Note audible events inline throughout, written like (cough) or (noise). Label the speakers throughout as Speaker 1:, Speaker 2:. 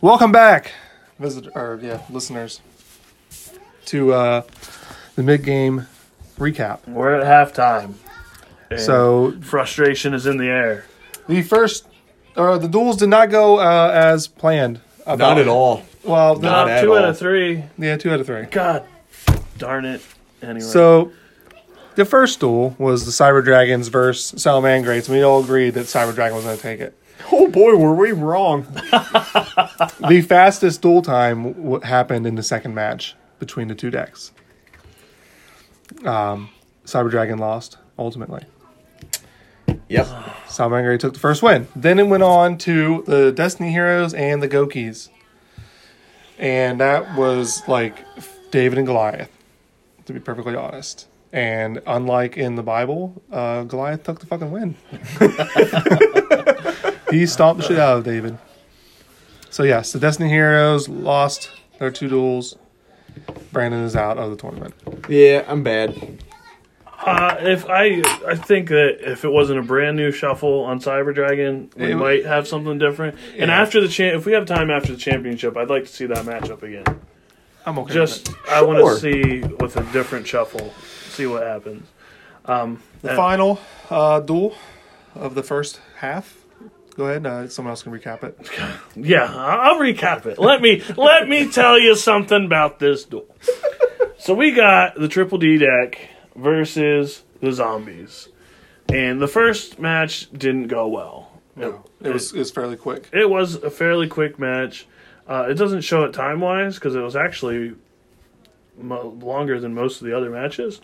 Speaker 1: Welcome back, visitor or yeah, listeners, to uh, the mid-game recap.
Speaker 2: We're at halftime. and
Speaker 1: So
Speaker 2: frustration is in the air.
Speaker 1: the first, or the duels did not go uh, as planned. About,
Speaker 3: Not at all.
Speaker 1: Well, the-
Speaker 3: Not
Speaker 2: Top
Speaker 3: at
Speaker 2: two out
Speaker 3: all.
Speaker 2: of three.
Speaker 1: yeah, two out of three.
Speaker 2: God darn it. Anyway,
Speaker 1: So the first duel was the Cyber Dragons versus Salamangreats, and we all agreed that Cyber Dragon was going to take it.
Speaker 3: Oh boy, were we wrong.
Speaker 1: (laughs) The fastest duel time w- happened in the second match between the two decks. Um, Cyber Dragon lost ultimately.
Speaker 3: Yep.
Speaker 1: Salamangreat took the first win. Then it went on to the Destiny Heroes and the Gokis, and that was like David and Goliath, to be perfectly honest. And unlike in the Bible, uh, Goliath took the fucking win. (laughs) he stomped the shit out of David. So yes, the Destiny Heroes lost their two duels. Brandon is out of the tournament.
Speaker 3: Yeah, I'm bad.
Speaker 2: uh, if I I think that if it wasn't a brand new shuffle on Cyber Dragon, we
Speaker 1: It-
Speaker 2: might have something different. And
Speaker 1: Yeah.
Speaker 2: after the champ, if we have time after the championship, I'd like to see that matchup again.
Speaker 1: I'm okay.
Speaker 2: Just I want
Speaker 3: Sure.
Speaker 2: to see with a different shuffle, see what happens.
Speaker 1: the final uh, duel of the first half. Go ahead. Uh, someone else can recap it.
Speaker 2: Yeah, I- I'll recap it. Let me let me tell you something about this duel. So we got the triple D deck versus the zombies, and the first match didn't go well.
Speaker 1: No, it was it was fairly quick.
Speaker 2: It was a fairly quick match. Uh, it doesn't show it time wise because it was actually mo- longer than most of the other matches,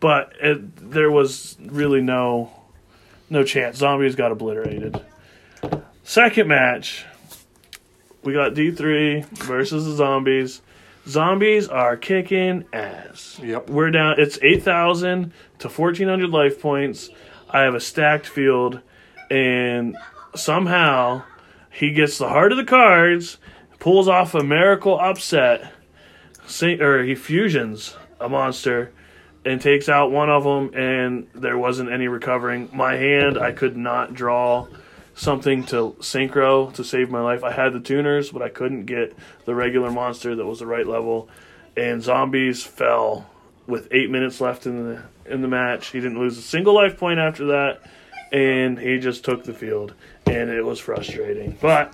Speaker 2: but it, there was really no no chance. Zombies got obliterated. Second match, we got D three versus the zombies. Zombies are kicking ass.
Speaker 1: Yep.
Speaker 2: we're down. It's eight thousand to fourteen hundred life points. I have a stacked field, and somehow he gets the heart of the cards, pulls off a miracle upset, sing, or he fusions a monster and takes out one of them, and there wasn't any recovering. My hand, I could not draw something to synchro to save my life. I had the tuners, but I couldn't get the regular monster that was the right level, and zombies fell with eight minutes left in the in the match. He didn't lose a single life point after that, and he just took the field, and it was frustrating, but.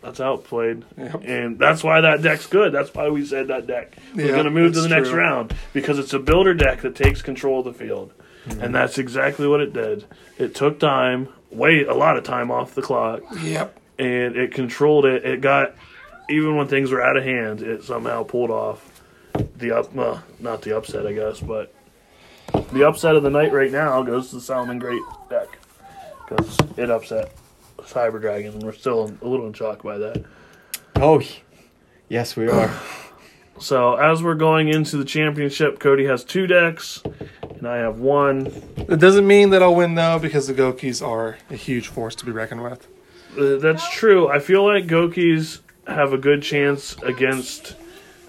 Speaker 2: That's how it played,
Speaker 1: Yep.
Speaker 2: and that's why that deck's good. That's why we said that deck was
Speaker 1: Yeah,
Speaker 2: going to move to
Speaker 1: that's
Speaker 2: the next
Speaker 1: true.
Speaker 2: round round, because it's a builder deck that takes control of the field.
Speaker 1: Mm-hmm.
Speaker 2: And that's exactly what it did. It took time, way a lot of time off the clock,
Speaker 1: Yep.
Speaker 2: and it controlled it. It got even when things were out of hand, it somehow pulled off the up well, not the upset, I guess, but the upset of the night right now goes to the Salmon Great deck because it upset Cyber Dragon, and we're still a little in shock by that.
Speaker 3: Oh, yes, we are.
Speaker 2: So as we're going into the championship, Cody has two decks, and I have one.
Speaker 1: It doesn't mean that I'll win though, because the Gokis are a huge force to be reckoned with.
Speaker 2: Uh, That's true. I feel like Gokis have a good chance against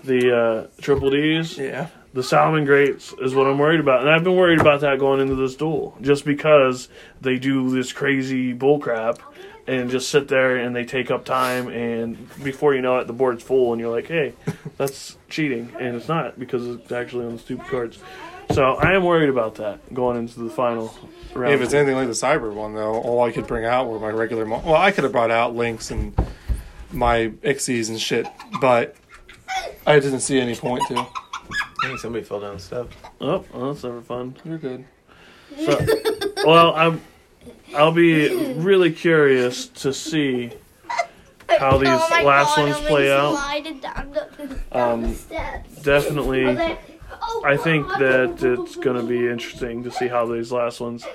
Speaker 2: the uh, Triple Ds.
Speaker 1: Yeah.
Speaker 2: The Salmon Greats is what I'm worried about, and I've been worried about that going into this duel, just because they do this crazy bullcrap and just sit there and they take up time, and before you know it, the board's full, and you're like, hey, that's cheating, and it's not because it's actually on the stupid cards. So I am worried about that going into the final round.
Speaker 1: If it's anything like the Cyber one though, all I could bring out were my regular. Mo- well, I could have brought out links and my Ixies and shit, but I didn't see any point to.
Speaker 3: I think somebody fell down the steps.
Speaker 2: oh, well, that's never fun.
Speaker 1: You're good.
Speaker 2: Well, I'm. I'll be really curious to see how these
Speaker 4: Oh my
Speaker 2: last
Speaker 4: God,
Speaker 2: ones
Speaker 4: I'm
Speaker 2: play
Speaker 4: gonna
Speaker 2: out.
Speaker 4: slide and down the- (laughs) down the steps.
Speaker 2: Definitely,
Speaker 4: Okay. Oh,
Speaker 2: I think
Speaker 4: oh,
Speaker 2: that
Speaker 4: oh,
Speaker 2: it's going to
Speaker 4: (laughs)
Speaker 2: be interesting to see how these last ones.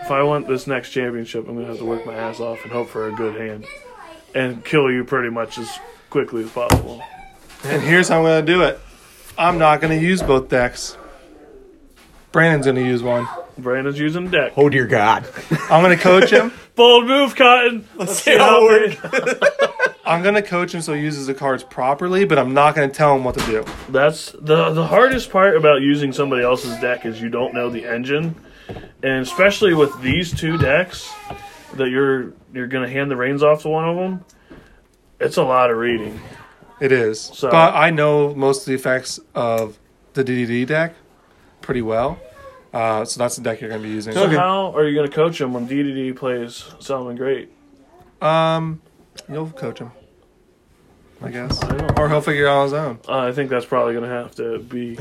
Speaker 2: If I want this next championship, I'm going to have to work my ass off and hope for a good hand and kill you pretty much as quickly as possible.
Speaker 1: And here's how I'm gonna do it. I'm not gonna use both decks. Brandon's gonna use one.
Speaker 2: Brandon's using deck.
Speaker 3: Oh dear (laughs) God.
Speaker 1: I'm gonna coach him.
Speaker 2: Bold move, Cotton. Let's see how it- (laughs)
Speaker 1: I'm gonna coach him so he uses the cards properly, but I'm not gonna tell him what to do.
Speaker 2: That's the the hardest part about using somebody else's deck is you don't know the engine, and especially with these two decks that you're you're gonna hand the reins off to one of them. It's a lot of reading.
Speaker 1: It is.
Speaker 2: So-
Speaker 1: but I know most of the effects of the DDD deck pretty well. Uh, so that's the deck you're going to be using.
Speaker 2: So how are you going to coach him when DDD plays Solomon Great?
Speaker 1: Um, you'll coach him, I guess.
Speaker 2: I don't know.
Speaker 1: Or he'll figure it out on his own.
Speaker 2: Uh, I think that's probably going to have to be.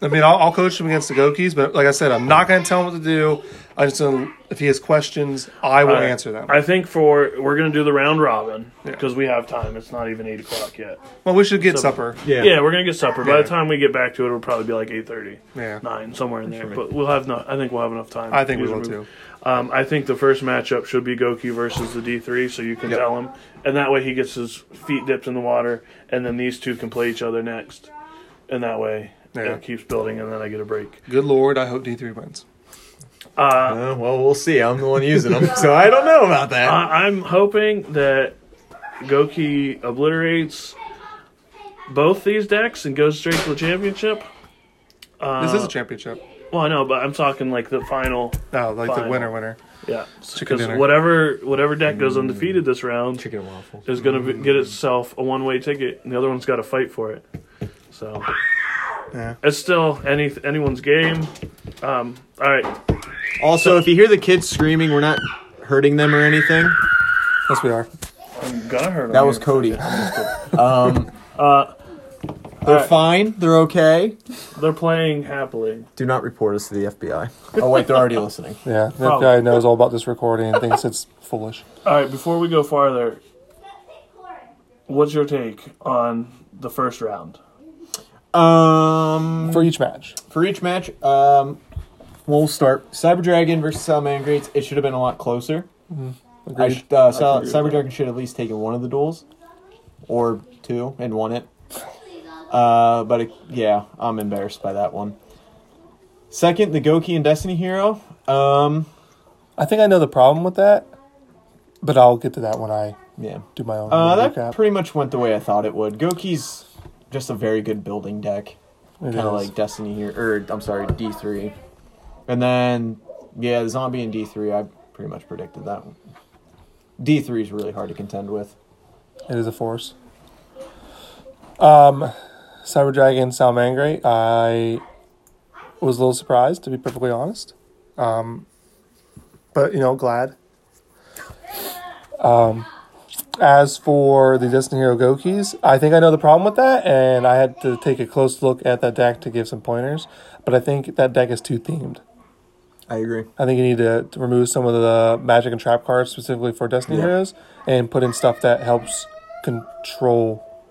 Speaker 1: I mean, I'll, I'll coach him against the Gokis, but like I said, I'm not going to tell him what to do. I just don't, if he has questions, I will
Speaker 2: Uh,
Speaker 1: answer them.
Speaker 2: I think for we're going to do the round robin
Speaker 1: Yeah.
Speaker 2: because we have time. It's not even eight o'clock yet.
Speaker 1: well, we should get
Speaker 2: So-
Speaker 1: supper.
Speaker 2: Yeah, we're going to get supper. By
Speaker 1: Yeah.
Speaker 2: the time we get back to it, it'll probably be like eight thirty,
Speaker 1: Yeah.
Speaker 2: nine somewhere in there. But we'll have no. I think we'll have enough time.
Speaker 1: I think we
Speaker 2: These
Speaker 1: will
Speaker 2: are-
Speaker 1: too.
Speaker 2: Um, I think the first matchup should be Goku versus the D3, so you can
Speaker 3: Yep.
Speaker 2: tell him, and that way he gets his feet dipped in the water, and then these two can play each other next, and that way
Speaker 1: Yeah.
Speaker 2: it keeps building, and then I get a break.
Speaker 1: Good lord, I hope D3 wins.
Speaker 2: Uh,
Speaker 3: Uh, well, we'll see. I'm the one using them, so I don't know about that.
Speaker 2: I- I'm hoping that Goki obliterates both these decks and goes straight to the championship. Uh,
Speaker 1: This is a championship.
Speaker 2: well, I know, but I'm talking like the final,
Speaker 1: No, like the
Speaker 2: fine.
Speaker 1: winner, winner.
Speaker 2: yeah,
Speaker 1: Chicken
Speaker 2: because
Speaker 1: dinner. Mm.
Speaker 2: whatever whatever deck goes undefeated this round,
Speaker 3: Chicken and waffle.
Speaker 2: is going to get itself a one way ticket, and the other one's got to fight for it. So
Speaker 1: Yeah.
Speaker 2: it's still any anyone's game. Um, all right,
Speaker 3: Also, if you hear the kids screaming, we're not hurting them or anything.
Speaker 1: Yes, we are.
Speaker 2: I'm gonna hurt.
Speaker 3: That
Speaker 2: him.
Speaker 3: was (laughs) Cody. um,
Speaker 2: Uh,
Speaker 3: they're fine. They're okay.
Speaker 2: they're playing happily.
Speaker 3: Do not report us to the FBI. Oh wait, they're already listening.
Speaker 1: Yeah, that
Speaker 2: Probably.
Speaker 1: guy knows all about this recording and thinks it's (laughs) foolish.
Speaker 2: All right, before we go farther, what's your take on the first round?
Speaker 3: Um,
Speaker 1: For each match,
Speaker 3: for each match, um, we'll start Cyber Dragon versus Salamander Greats. It should have been a lot closer. I
Speaker 1: agreed.
Speaker 3: should, uh, Sal-
Speaker 2: agree with
Speaker 3: Cyber
Speaker 2: that.
Speaker 3: Dragon should have at least taken one of the duels, or two, and won it. Uh, but it, yeah, I'm embarrassed by that one. Second, the Goki and Destiny Hero. Um,
Speaker 1: I think I know the problem with that, but I'll get to that when I
Speaker 3: yeah,
Speaker 1: do my own
Speaker 3: uh, that
Speaker 1: little recap.
Speaker 3: pretty much went the way I thought it would. Goki's just a very good building deck.
Speaker 1: It
Speaker 3: kind of
Speaker 1: is.
Speaker 3: like Destiny here, or I'm sorry, D three, and then yeah, the zombie in D three. I pretty much predicted that one. D three is really hard to contend with.
Speaker 1: It is a force. Um, Cyber Dragon, Salmangre. I was a little surprised, to be perfectly honest. Um, but you know, glad. Um, as for the Destiny Hero Gokis, I think I know the problem with that, and I had to take a close look at that deck to give some pointers. But I think that deck is too themed.
Speaker 3: I agree.
Speaker 1: I think you need to, to remove some of the magic and trap cards specifically for Destiny
Speaker 3: Yeah.
Speaker 1: Heroes and put in stuff that helps control,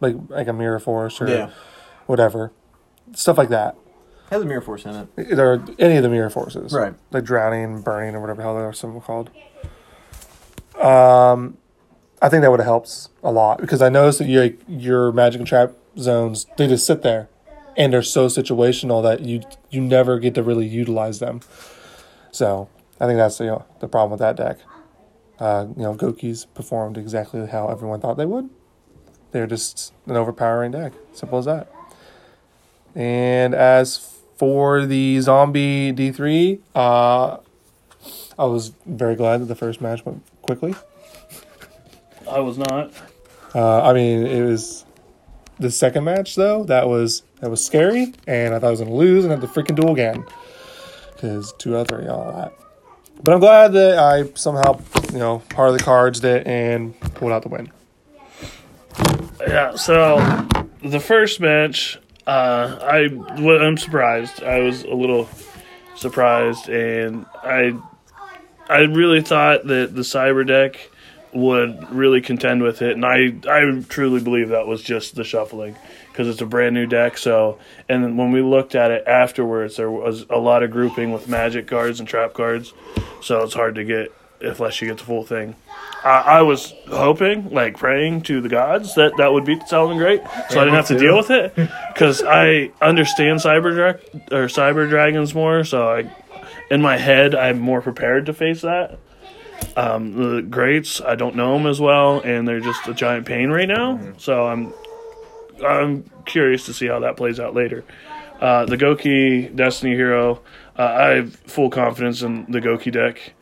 Speaker 1: like like a mirror force or
Speaker 3: Yeah.
Speaker 1: whatever, stuff like that.
Speaker 3: Has a mirror force in it.
Speaker 1: Or any of the mirror forces,
Speaker 3: Right.
Speaker 1: Like drowning, burning, or whatever the hell they're some are called. Um, I think that would have helped a lot because I noticed that your your magic and trap zones they just sit there, and they're so situational that you you never get to really utilize them. So I think that's the the problem with that deck. Uh, you know, Goki's performed exactly how everyone thought they would. They're just an overpowering deck. Simple as that. And as for the zombie D3, uh, I was very glad that the first match went quickly.
Speaker 2: I was not.
Speaker 1: Uh, I mean, it was the second match though that was that was scary, and I thought I was gonna lose and have to freaking duel again because two out of three, all that. But I'm glad that I somehow, you know, part of the cards did and pulled out the win.
Speaker 2: Yeah. So the first match, uh, I well, I'm surprised. I was a little surprised, and I I really thought that the cyber deck would really contend with it, and I I truly believe that was just the shuffling because it's a brand new deck. So, and then when we looked at it afterwards, there was a lot of grouping with magic cards and trap cards, so it's hard to get unless you get the full thing. I, I was hoping, like praying to the gods that that would beat Solomon Great, so I didn't have to deal with it because I understand cyber Dra- or cyber dragons more. So I, in my head, I'm more prepared to face that. Um, the greats, I don't know them as well, and they're just a giant pain right now. So I'm, I'm curious to see how that plays out later. Uh, the Goki Destiny Hero, uh, I have full confidence in the Goki deck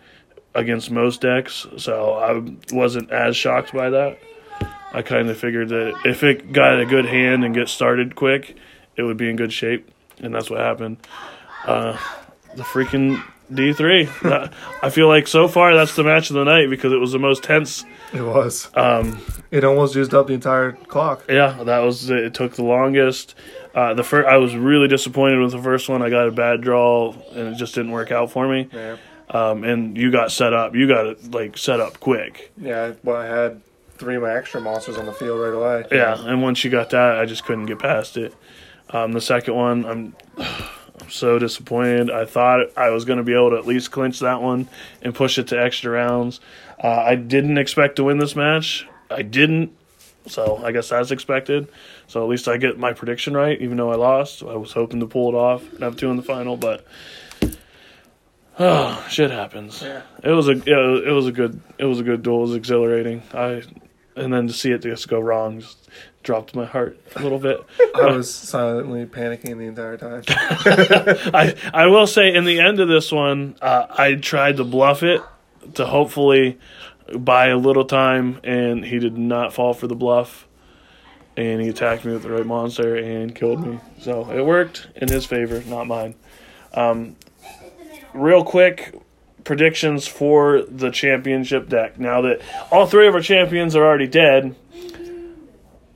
Speaker 2: against most decks, so I wasn't as shocked by that. I kind of figured that if it got a good hand and get started quick, it would be in good shape, and that's what happened. Uh, the freaking D three. I feel like so far that's the match of the night because it was the most tense.
Speaker 1: It was.
Speaker 2: Um,
Speaker 1: It almost used up the entire clock.
Speaker 2: yeah, that was it. Took the longest. Uh, the first, I was really disappointed with the first one. I got a bad draw, and it just didn't work out for me.
Speaker 1: Yeah.
Speaker 2: Um, and you got set up. You got it like set up quick.
Speaker 1: Yeah. Well, I had three of my extra monsters on the field right away.
Speaker 2: Yeah, and once you got that, I just couldn't get past it. Um, the second one, I'm, I'm so disappointed. I thought I was going to be able to at least clinch that one and push it to extra rounds. Uh, I didn't expect to win this match. I didn't, so I guess that's expected. So at least I get my prediction right, even though I lost. I was hoping to pull it off and have two in the final, but. (sighs) Oh, shit happens.
Speaker 1: Yeah.
Speaker 2: It was a yeah, it was a good it was a good duel. It was exhilarating. I and then to see it just go wrong just dropped my heart a little bit.
Speaker 1: (laughs) I was silently panicking the entire
Speaker 2: (laughs)
Speaker 1: time.
Speaker 2: I I will say in the end of this one, uh, I tried to bluff it to hopefully buy a little time, and he did not fall for the bluff, and he attacked me with the right monster and killed me. So it worked in his favor, not mine. Um, real quick. Predictions for the championship deck. Now that all three of our champions are already dead,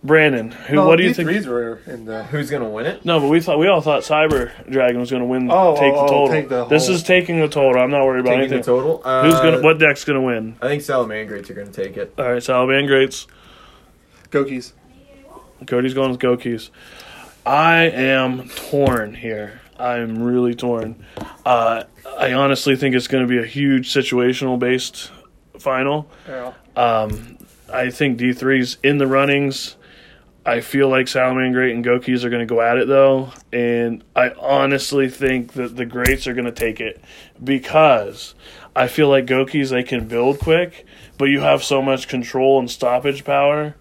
Speaker 2: Brandon, who? what do you think?
Speaker 1: These were in the.
Speaker 3: Who's gonna win it?
Speaker 2: No, but we thought we all thought Cyber Dragon was going to win.
Speaker 1: Oh,
Speaker 2: take
Speaker 1: oh,
Speaker 2: the
Speaker 1: oh,
Speaker 2: total.
Speaker 1: take the
Speaker 2: this
Speaker 1: whole-
Speaker 2: is taking the total. I'm not worried about
Speaker 3: Taking the
Speaker 2: anything.
Speaker 3: total. Uh,
Speaker 2: Who's gonna? What deck's going to win?
Speaker 3: I think Salamangreats are gonna take it.
Speaker 2: All right, Salamangrates.
Speaker 1: Gokies.
Speaker 2: Cody's going with Gokies. I am torn here. I'm really torn. Uh, I honestly think it's going to be a huge situational based final.
Speaker 1: Yeah.
Speaker 2: Um, I think D3's in the runnings. I feel like Salaman Great and Gokis are going to go at it, though. And I honestly think that the Greats are going to take it because I feel like Gokis, they can build quick, but you have so much control and stoppage power.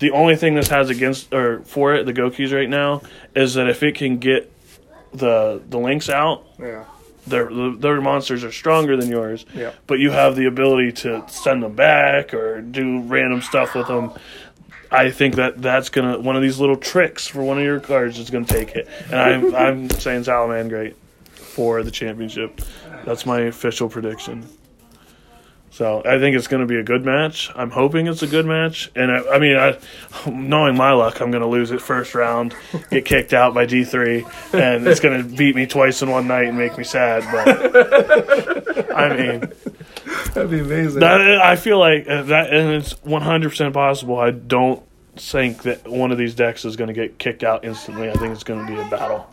Speaker 2: The only thing this has against or for it, the Gokis right now, is that if it can get the the links out,
Speaker 1: Yeah.
Speaker 2: their their monsters are stronger than yours.
Speaker 1: Yeah.
Speaker 2: But you have the ability to send them back or do random stuff with them. I think that that's gonna one of these little tricks for one of your cards is gonna take it, and I'm I'm saying Salaman great for the championship. That's my official prediction. So I think it's gonna be a good match. I'm hoping it's a good match, and I, I mean, I, knowing my luck, I'm gonna lose it first round, get kicked out by D3, and it's gonna beat me twice in one night and make me sad. But I mean.
Speaker 1: That'd be amazing.
Speaker 2: That, I feel like uh, that, and it's one hundred percent possible. I don't think that one of these decks is going to get kicked out instantly. I think it's going to be a battle,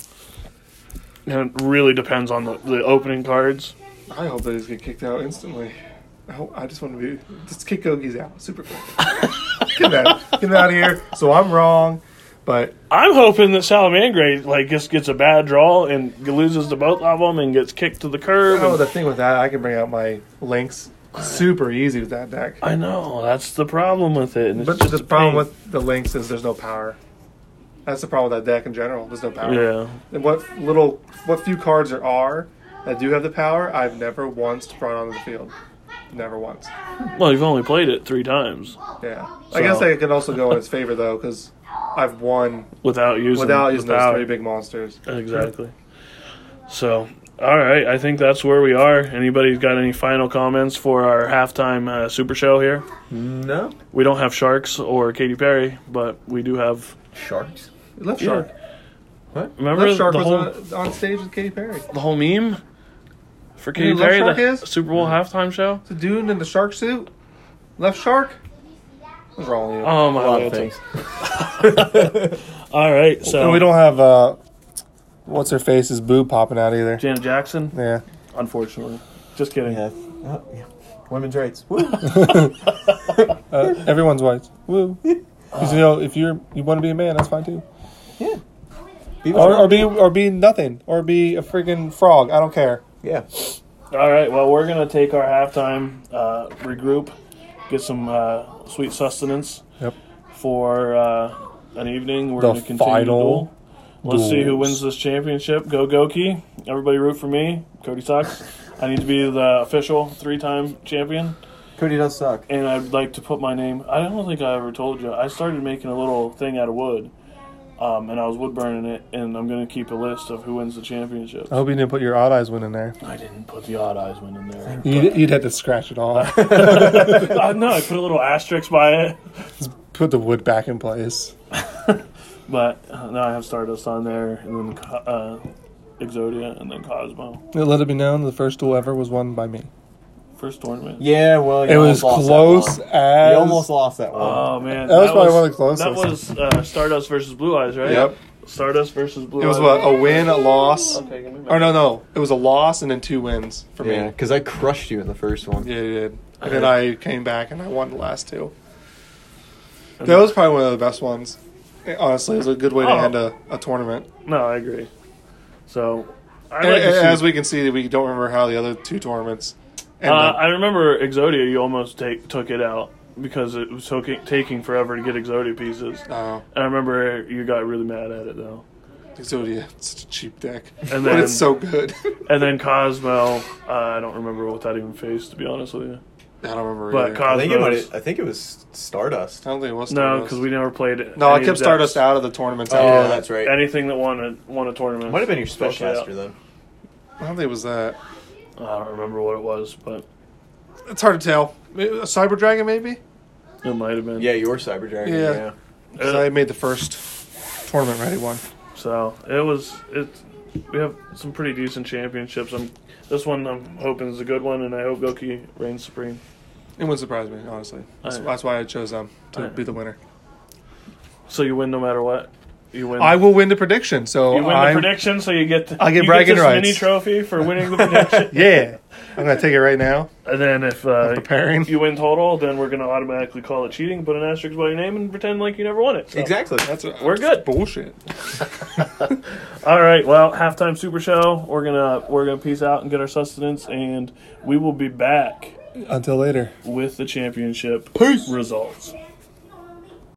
Speaker 2: and it really depends on the, the opening cards.
Speaker 1: I hope they just get kicked out instantly. I, hope, I just want to be just kick Gokies out super quick.
Speaker 2: (laughs)
Speaker 1: get them out, get them out of here. So I'm wrong, but
Speaker 2: I'm hoping that Salamangre like just gets a bad draw and loses to both of them and gets kicked to the curb.
Speaker 1: oh,
Speaker 2: and-
Speaker 1: the thing with that, I can bring out my links super easy with that deck.
Speaker 2: I know that's the problem with it. and it's
Speaker 1: But
Speaker 2: just
Speaker 1: the
Speaker 2: a
Speaker 1: problem
Speaker 2: pain.
Speaker 1: with the links is there's no power. That's the problem with that deck in general. There's no power.
Speaker 2: yeah,
Speaker 1: And what little, what few cards there are that do have the power, I've never once brought onto the field. Never once.
Speaker 2: well, you've only played it three times
Speaker 1: Yeah. I guess I can also go in its favor though, because I've won
Speaker 2: without using
Speaker 1: without using
Speaker 2: without-
Speaker 1: those three big monsters.
Speaker 2: Exactly. So, all right, I think that's where we are. Anybody got any final comments for our halftime uh, super show here?
Speaker 3: No
Speaker 2: We don't have sharks or Katy Perry, but we do have.
Speaker 3: sharks.
Speaker 1: Left
Speaker 2: Yeah.
Speaker 1: Shark.
Speaker 2: Remember
Speaker 1: Left Shark
Speaker 2: the
Speaker 1: was
Speaker 2: whole
Speaker 1: on, on stage with Katy Perry.
Speaker 2: the whole meme for Katy
Speaker 1: who Left
Speaker 2: Perry,
Speaker 1: Shark
Speaker 2: the
Speaker 1: is?
Speaker 2: Super Bowl halftime show.
Speaker 1: The dude in the shark suit. Left Shark. What's wrong with you?
Speaker 2: Oh my
Speaker 3: A lot of
Speaker 1: Um, (laughs)
Speaker 2: God.
Speaker 3: things.
Speaker 2: All right, so
Speaker 1: and we don't have uh, what's her face's boob popping out either.
Speaker 2: Janet Jackson,
Speaker 1: Yeah.
Speaker 2: unfortunately. Just kidding.
Speaker 3: Yeah. Oh, yeah. Women's rights. (laughs) Woo.
Speaker 1: Uh, everyone's white.
Speaker 2: (laughs)
Speaker 1: Woo. 'Cause, you know, if you're you want to be a man, that's fine too.
Speaker 3: Be
Speaker 1: Or, or be or be nothing. Or be a freaking frog. I don't care.
Speaker 3: yeah.
Speaker 2: All right, well, we're going to take our halftime, uh, regroup, get some uh, sweet sustenance
Speaker 1: Yep.
Speaker 2: for uh, an evening. We're
Speaker 1: The
Speaker 2: going to continue the
Speaker 1: final
Speaker 2: duel. Let's see who
Speaker 1: duels.
Speaker 2: wins this championship. Go Goki. Everybody root for me. Cody sucks. I need to be the official three time champion.
Speaker 3: Cody does suck.
Speaker 2: and I'd like to put my name. I don't think I ever told you. I started making a little thing out of wood, um, and I was wood burning it. And I'm gonna keep a list of who wins the championship.
Speaker 1: I hope you didn't put your odd eyes one in there.
Speaker 2: I didn't put the odd eyes one in there.
Speaker 1: You'd, you'd have to scratch it all.
Speaker 2: Uh, no, (laughs) I put a little asterisk by it.
Speaker 1: (laughs) Put the wood back in place.
Speaker 2: But uh, now I have Stardust on there, and then Co- uh, Exodia, and then Cosmo.
Speaker 1: It let it be known the first duel ever was won by me.
Speaker 2: First tournament.
Speaker 3: Yeah, well, you
Speaker 1: It was
Speaker 3: almost lost
Speaker 1: close
Speaker 3: That one.
Speaker 1: as.
Speaker 3: you almost lost that one.
Speaker 2: Oh man,
Speaker 1: That was probably one of the closest.
Speaker 2: That was uh, Stardust versus Blue Eyes, right?
Speaker 1: Yep.
Speaker 2: Stardust versus Blue Eyes.
Speaker 1: It was what a win, a loss,
Speaker 2: Okay, give me my-
Speaker 1: or no, no, it was a loss and then two wins for me.
Speaker 3: yeah, because I crushed you in the first one.
Speaker 1: Yeah, you did. And then I came back and I won the last two. That was probably one of the best ones. Honestly, it was a good way to
Speaker 2: Oh.
Speaker 1: end a, a tournament.
Speaker 2: No, I agree. So, I
Speaker 1: And-
Speaker 2: like to
Speaker 1: and
Speaker 2: see-
Speaker 1: as we can see, we don't remember how the other two tournaments
Speaker 2: Uh,
Speaker 1: ended.
Speaker 2: I remember Exodia. You almost take, took it out because it was took, taking forever to get Exodia pieces.
Speaker 1: oh,
Speaker 2: And I remember you got really mad at it though.
Speaker 1: Exodia, such a cheap deck, but
Speaker 2: And then
Speaker 1: it's so good. (laughs)
Speaker 2: and then Cosmo. Uh, I don't remember what that even faced to be honest with you.
Speaker 1: I don't remember.
Speaker 2: But
Speaker 1: either.
Speaker 2: Cos-
Speaker 1: I
Speaker 3: I think it
Speaker 2: Cosmos.
Speaker 3: might. I think it was Stardust.
Speaker 1: don't think it was.
Speaker 2: No,
Speaker 1: Stardust.
Speaker 2: because we never played.
Speaker 1: No, I
Speaker 2: any
Speaker 1: kept
Speaker 2: decks.
Speaker 1: Stardust out of the tournaments.
Speaker 3: Oh,
Speaker 1: after that.
Speaker 3: that's right.
Speaker 2: Anything that won a won a tournament
Speaker 3: Might have been your
Speaker 2: especially
Speaker 3: spellcaster then.
Speaker 1: I don't think it was that.
Speaker 2: out. I don't remember what it was, but
Speaker 1: It's hard to tell. Maybe- Cyber Dragon, maybe.
Speaker 2: it might have been.
Speaker 3: Yeah, your Cyber Dragon.
Speaker 1: Yeah.
Speaker 3: Yeah.
Speaker 2: Uh,
Speaker 1: 'Cause I made the first tournament ready one.
Speaker 2: So it was it. We have some pretty decent championships. I'm, this one I'm hoping is a good one, and I hope Goki reigns supreme.
Speaker 1: It wouldn't surprise me, honestly. That's,
Speaker 2: I-
Speaker 1: that's why I chose them to
Speaker 2: I-
Speaker 1: be the winner.
Speaker 2: So you win no matter what. You win.
Speaker 1: I will win the prediction. So
Speaker 2: you win
Speaker 1: I'm,
Speaker 2: the prediction, so you get. The,
Speaker 1: I get
Speaker 2: you
Speaker 1: bragging
Speaker 2: this
Speaker 1: rights.
Speaker 2: Mini trophy for winning the prediction,
Speaker 1: Yeah, I'm gonna take it right now.
Speaker 2: (laughs) and then if uh,
Speaker 1: preparing.
Speaker 2: you win total, then we're gonna automatically call it cheating, put an asterisk by your name, and pretend like you never won it. So.
Speaker 3: Exactly.
Speaker 1: That's a,
Speaker 2: We're good.
Speaker 1: Bullshit.
Speaker 2: All right. Well, halftime super show. We're gonna we're gonna peace out and get our sustenance, and we will be back
Speaker 1: Until later.
Speaker 2: with the championship results.